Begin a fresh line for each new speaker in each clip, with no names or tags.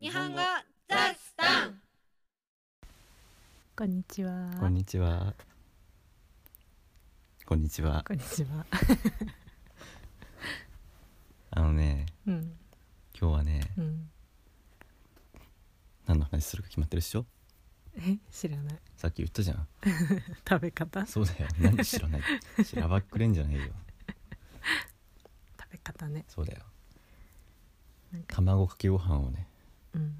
日本語ザスタン
こんにちは。
こんにちは。こんにちは。
こんにちは。
あのね、
うん。
今日はね、
うん。
何の話するか決まってるっしょ。
え、知らない。
さっき言ったじゃん。
食べ方。食
そうだよ。何で知らない。知らばっくれんじゃないよ。
べ方ね。
そうだよ。
なんか。
卵かけご飯をね、
うん。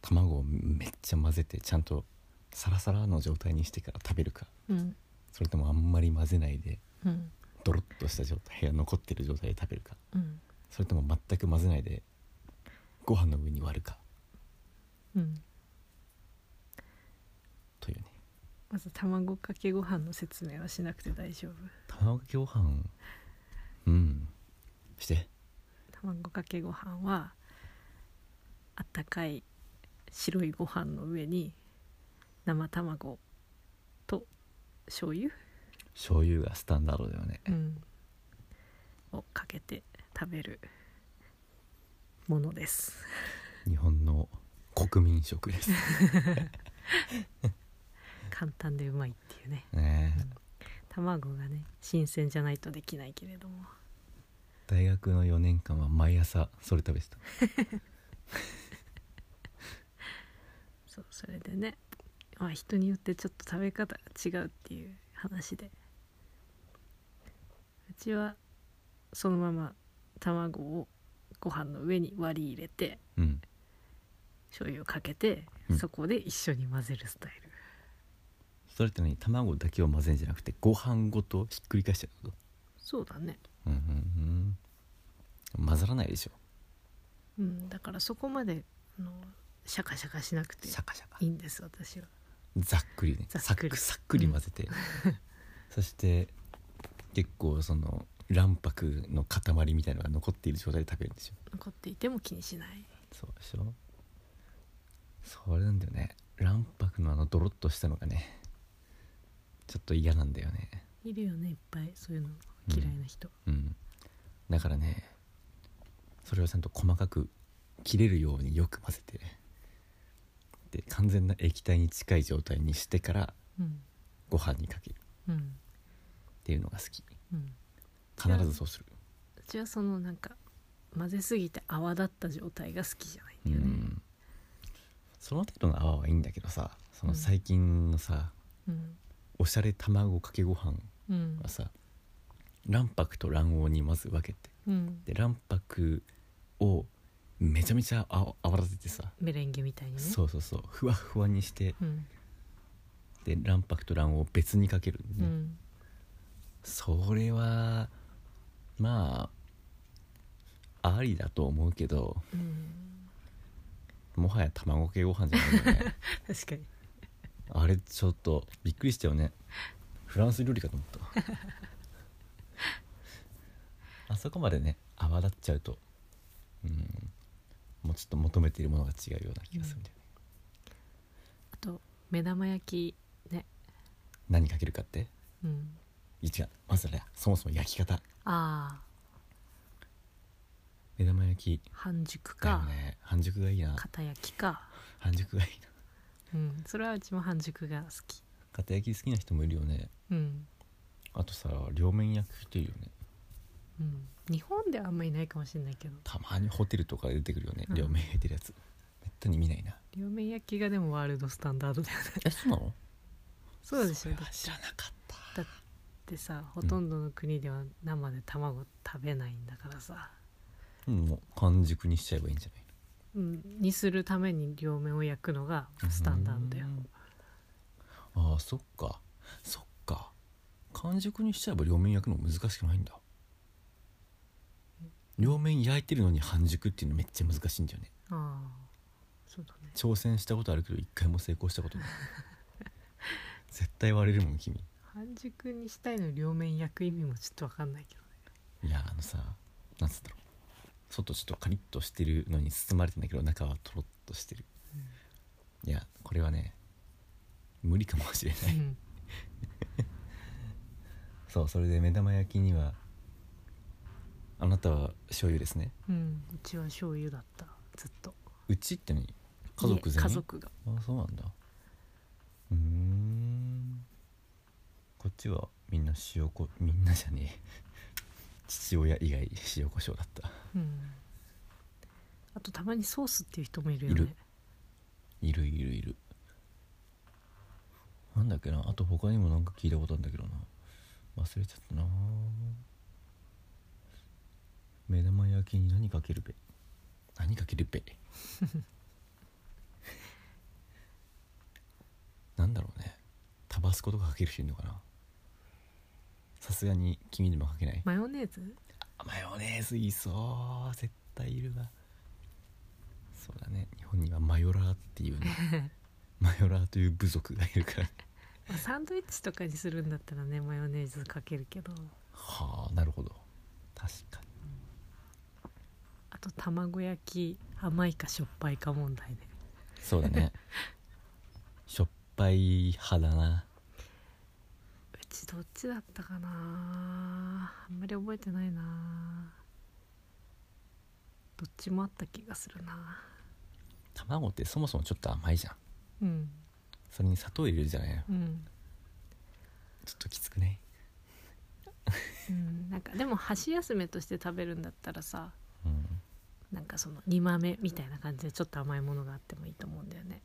卵をめっちゃ混ぜてちゃんとサラサラの状態にしてから食べるか、
うん。
それともあんまり混ぜないで
うん。
ドロッとした状態が残ってる状態で食べるか、
うん。
それとも全く混ぜないでご飯の上に割るか
うん。
というね。
まず卵かけご飯の説明はしなくて大丈夫。
卵かけご飯、うん、して。
卵かけご飯は。あったかい。白いご飯の上に。生卵。と。醤油。
醤油がスタンダードだよね
うん。をかけて。食べる。ものです。
日本の国民 食です
簡単でうまいっていうね
ねえ
卵がね新鮮じゃないとできないけれども
大学の4年間は毎朝それ食べてた
そうそれでね、まあ、人によってちょっと食べ方が違うっていう話でうちはそのまま卵をご飯の上に割り入れて
うん
醤油をかけて、
うん
そこで一緒に混ぜるスタイル
それって何卵だけを混ぜるんじゃなくてご飯ごとひっくり返しちゃうこと
そうだね
うんうんうん混ざらないでしょ
うんだからそこまであのシャカシャカしなくて
シャカシャカ
いいんです私は
ざっくりね
ざっくり
サックサックり混ぜて、 そして結構その卵白の塊みたいなのが残っている状態で食べるんでしょ
残っていても気にしない
そうでしょそれなんだよね卵白のあのドロッとしたのがねちょっと嫌なんだよね
いるよねいっぱいそういうの嫌いな人、
うんだからねそれをちゃんと細かく切れるようによく混ぜてで完全な液体に近い状態にしてから
うん
ご飯にかける
うん
っていうのが好き
うん
必ずそうする
うちはそのなんか混ぜすぎて泡立った状態が好きじゃないん
う
だよね、
んその程度の泡はいいんだけどさその最近のさ、
うん
おしゃれ卵かけご飯
うん
はさ卵白と卵黄にまず分けて
うん
で卵白をめちゃめちゃあ泡立ててさ、
メレンゲみたいにね
そうそうそうふわふわにして
うん
で卵白と卵黄を別にかける、
う
ね
ん
それはまあありだと思うけど
うん
もはや卵系ご飯じゃないよね
確かに
あれちょっとびっくりしたよねフランス料理かと思った あそこまでね泡立っちゃうとうんもうちょっと求めているものが違うような気がするんだよね、
あと目玉焼きね
何かけるかって
うん
いや違うまずあれだそもそも焼き方
ああ
目玉焼き
半熟
だよ
か
ね半熟がいいな
片焼きか
半熟がいいな
うんそれはうちも半熟が好き
片焼き好きな人もいるよね
うん
あとさ両面焼く人いるよね
うん日本ではあんまりないかもしれないけど
たまにホテルとかで出てくるよね、
うん
両面焼いてるやつめったに見ないな
両面焼きがでもワールドスタンダードだよね
えそうなの
そうでしょ
れは知らなかっ
だ
た
ってさほとんどの国では生で卵食べないんだからさ、
うんもう完熟にしちゃえばいいんじゃない
うん、にするために両面を焼くのが
の
スタンダードだよ
うんあーそっかそっか完熟にしちゃえば両面焼くの難しくないんだ両面焼いてるのに半熟っていうのめっちゃ難しいんだよね
ああそうだね
挑戦したことあるけど一回も成功したこ とない絶対割れるもん君
半熟にしたいの両面焼く意味もちょっと分かんないけどね
いやあのさなんつったろう外ちょっとカリッとしてるのに包まれてんだけど中はトロッとしてる、いやこれはね無理かもしれないそうそれで目玉焼きにはあなたは醤油ですね
うん、うん、うちは醤油だったずっと
うちって何家族全員
家族が
あそうなんだうーんこっちはみんな塩こみんなじゃねえ父親以外塩コショウだった
うんあとたまにソースっていう人もいるよね
いるいるいるいるなんだっけなあと他にもなんか聞いたことあるんだけどな忘れちゃったな目玉焼きに何かけるべ何かけるべなんだろうねタバスコとかかける人いるのかなさすがに君にもかけない
マヨネーズ
マヨネーズいそう絶対いるわそうだね日本にはマヨラーっていうねマヨラーという部族がいるから
まあサンドイッチとかにするんだったらねマヨネーズかけるけど
はあなるほど確かに
あと卵焼き甘いかしょっぱいか問題ね
そうだねしょっぱい派だな
うちどっちだったかなあんまり覚えてないなどっちもあった気がするな
卵ってそもそもちょっと甘いじゃん
うん
それに砂糖入れるじゃないの
うん、
ちょっときつくね
うん、なんかでも箸休めとして食べるんだったらさ
うん
なんかその煮豆みたいな感じでちょっと甘いものがあってもいいと思うんだよね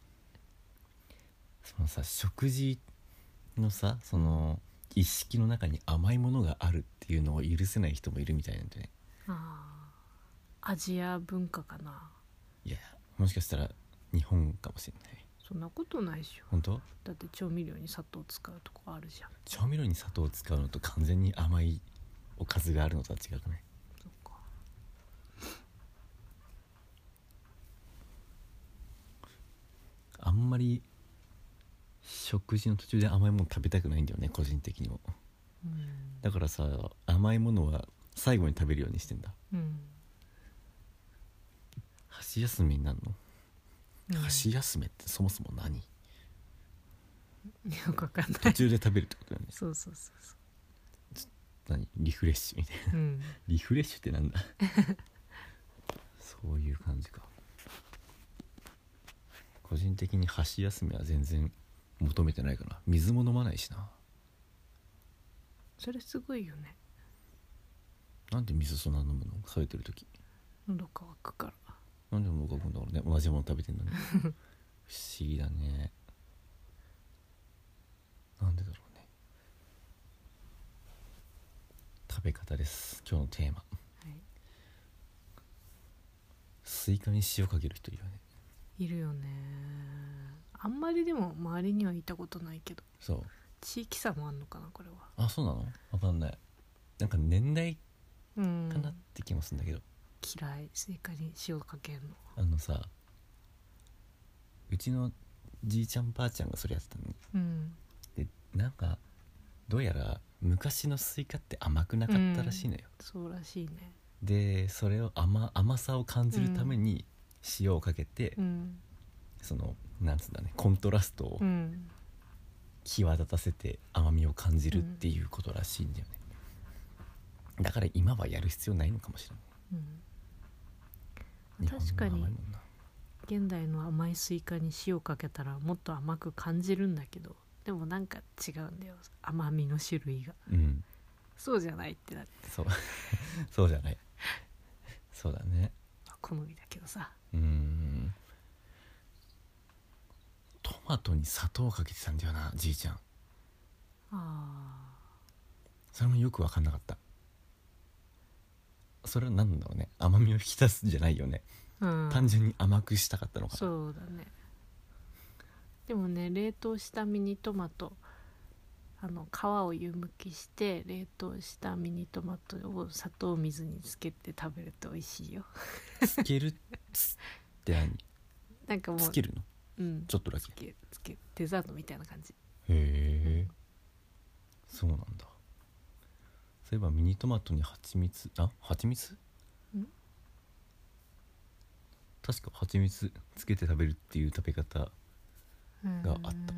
そのさ食事のさその一式の中に甘いものがあるっていうのを許せない人もいるみたいなんでね
あーアジア文化かない
やもしかしたら日本かもしれない
そんなことないでしょ
本当
だって調味料に砂糖使うとこあるじゃん
調味料に砂糖を使うのと完全に甘いおかずがあるのとは違くない
そっか
あんまり食事の途中で甘いもの食べたくないんだよね個人的にも
うん、
だからさ甘いものは最後に食べるようにしてんだ
うん
箸休めになるの、
うん、
箸休めってそもそも何
よくわかんな
途
い
中で食べるってことだよね
そうそうそうそ
何リフレッシュみたいな
う、うん、
リフレッシュってなんだ そういう感じか個人的に箸休めは全然求めてないかな水も飲まないしな
それすごいよね
なんで水そんな飲むの冴えてる時
喉乾くから
なんでも僕は今度ね同じもの食べてんのに不思議だねなんでだろうね食べ方です今日のテーマ
はい
スイカに塩かける人いるよね
いるよねあんまりでも周りにはいたことないけど
そう
地域差もあんのかなこれは
あそうなのわかんないなんか年代
うん
かなって気もするんだけど、
嫌いスイカに塩かけるの
あのさうちのじいちゃんばあちゃんがそれやってたのに
うん
でなんかどうやら昔のスイカって甘くなかったらしいのよ、
そうらしいね
でそれを甘甘さを感じるために塩をかけて、
うん
そのなんつうんだねコントラストを
うん
際立たせて甘みを感じるっていうことらしいんだよね、だから今はやる必要ないのかもしれ
うん
ない
確か
日本
に
の甘いもんな
現代の甘いスイカに塩かけたらもっと甘く感じるんだけどでもなんか違うんだよ甘みの種類が
うん
そうじゃないってなって
そう そうじゃないそうだね
まあ好みだけどさ
うーんトマトに砂糖かけてたんだよなじいちゃん
あ
それもよく分かんなかったそれは何なんだろうね甘みを引き出すんじゃないよね、
あうん
単純に甘くしたかったのかな
そうだねでもね冷凍したミニトマトあの皮を湯むきして冷凍したミニトマトを砂糖水につけて食べると美味しいよ
つけるつって何
なんかもう
つけるの
うん
ちょっとだけ
つけつけデザートみたいな感じ
へえそうなんだそういえばミニトマトに蜂蜜あ蜂蜜
ん
確か蜂蜜つけて食べるっていう食べ方
が
があった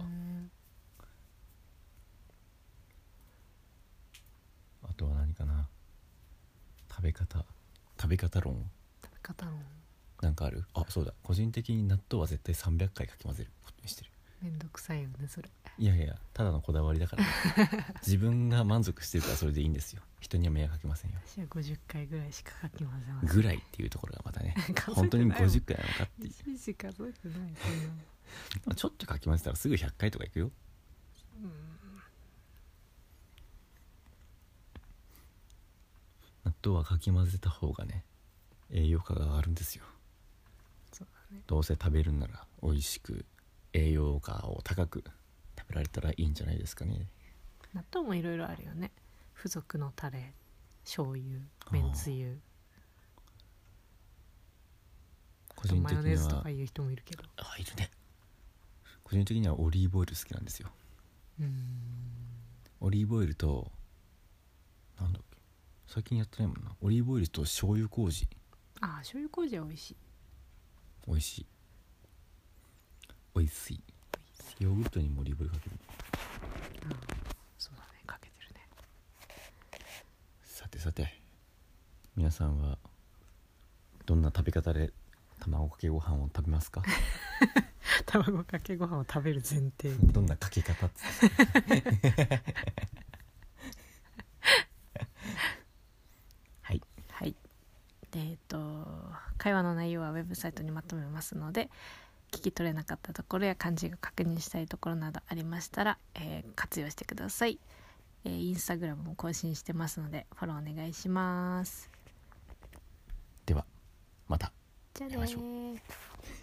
あとは何かな食べ方食べ方論
食べ方の
なんかあるあそうだ個人的に納豆は絶対300回かき混ぜることにしてる
めんどくさいよねそれ
いやいやただのこだわり だから、自分が満足してるからそれでいいんですよ人には迷惑かけませんよ
私は50回ぐらいしか書きません
ぐらいっていうところがまたね
数えてないもん
本当に50回なのかっていう
一日しか数えてないそんな
まあちょっとかき混ぜたらすぐ100回とかいくよ納豆はかき混ぜた方がね栄養価が上がるんですよ
そうだね
どうせ食べるんなら美味しく栄養価を高く食べられたらいいんじゃないですかね
納豆もいろいろあるよね付属のタレ醤油めんつゆ
個人
マ
的
ヨネ
に
ーズと
は
かいう人もいるけど
あいるね個人的にはオリーブオイル好きなんですよ
うん
オリーブオイルとなんだっけ最近やってないもんなオリーブオイルと醤油麹
あ醤油麹は美味しい
美味しい美味しいヨーグルトにもオリーブオイルかける
そうだねかけてるね
さてさて皆さんはどんな食べ方で卵かけご飯を食べますか
卵かけご飯を食べる前提に
どんなかけ方っつってはい
はい。でえっと会話の内容はウェブサイトにまとめますので聞き取れなかったところや漢字が確認したいところなどありましたら、えー活用してください、えー、インスタグラムも更新してますのでフォローお願いします
ではまた
じゃあね
やりましょ
ー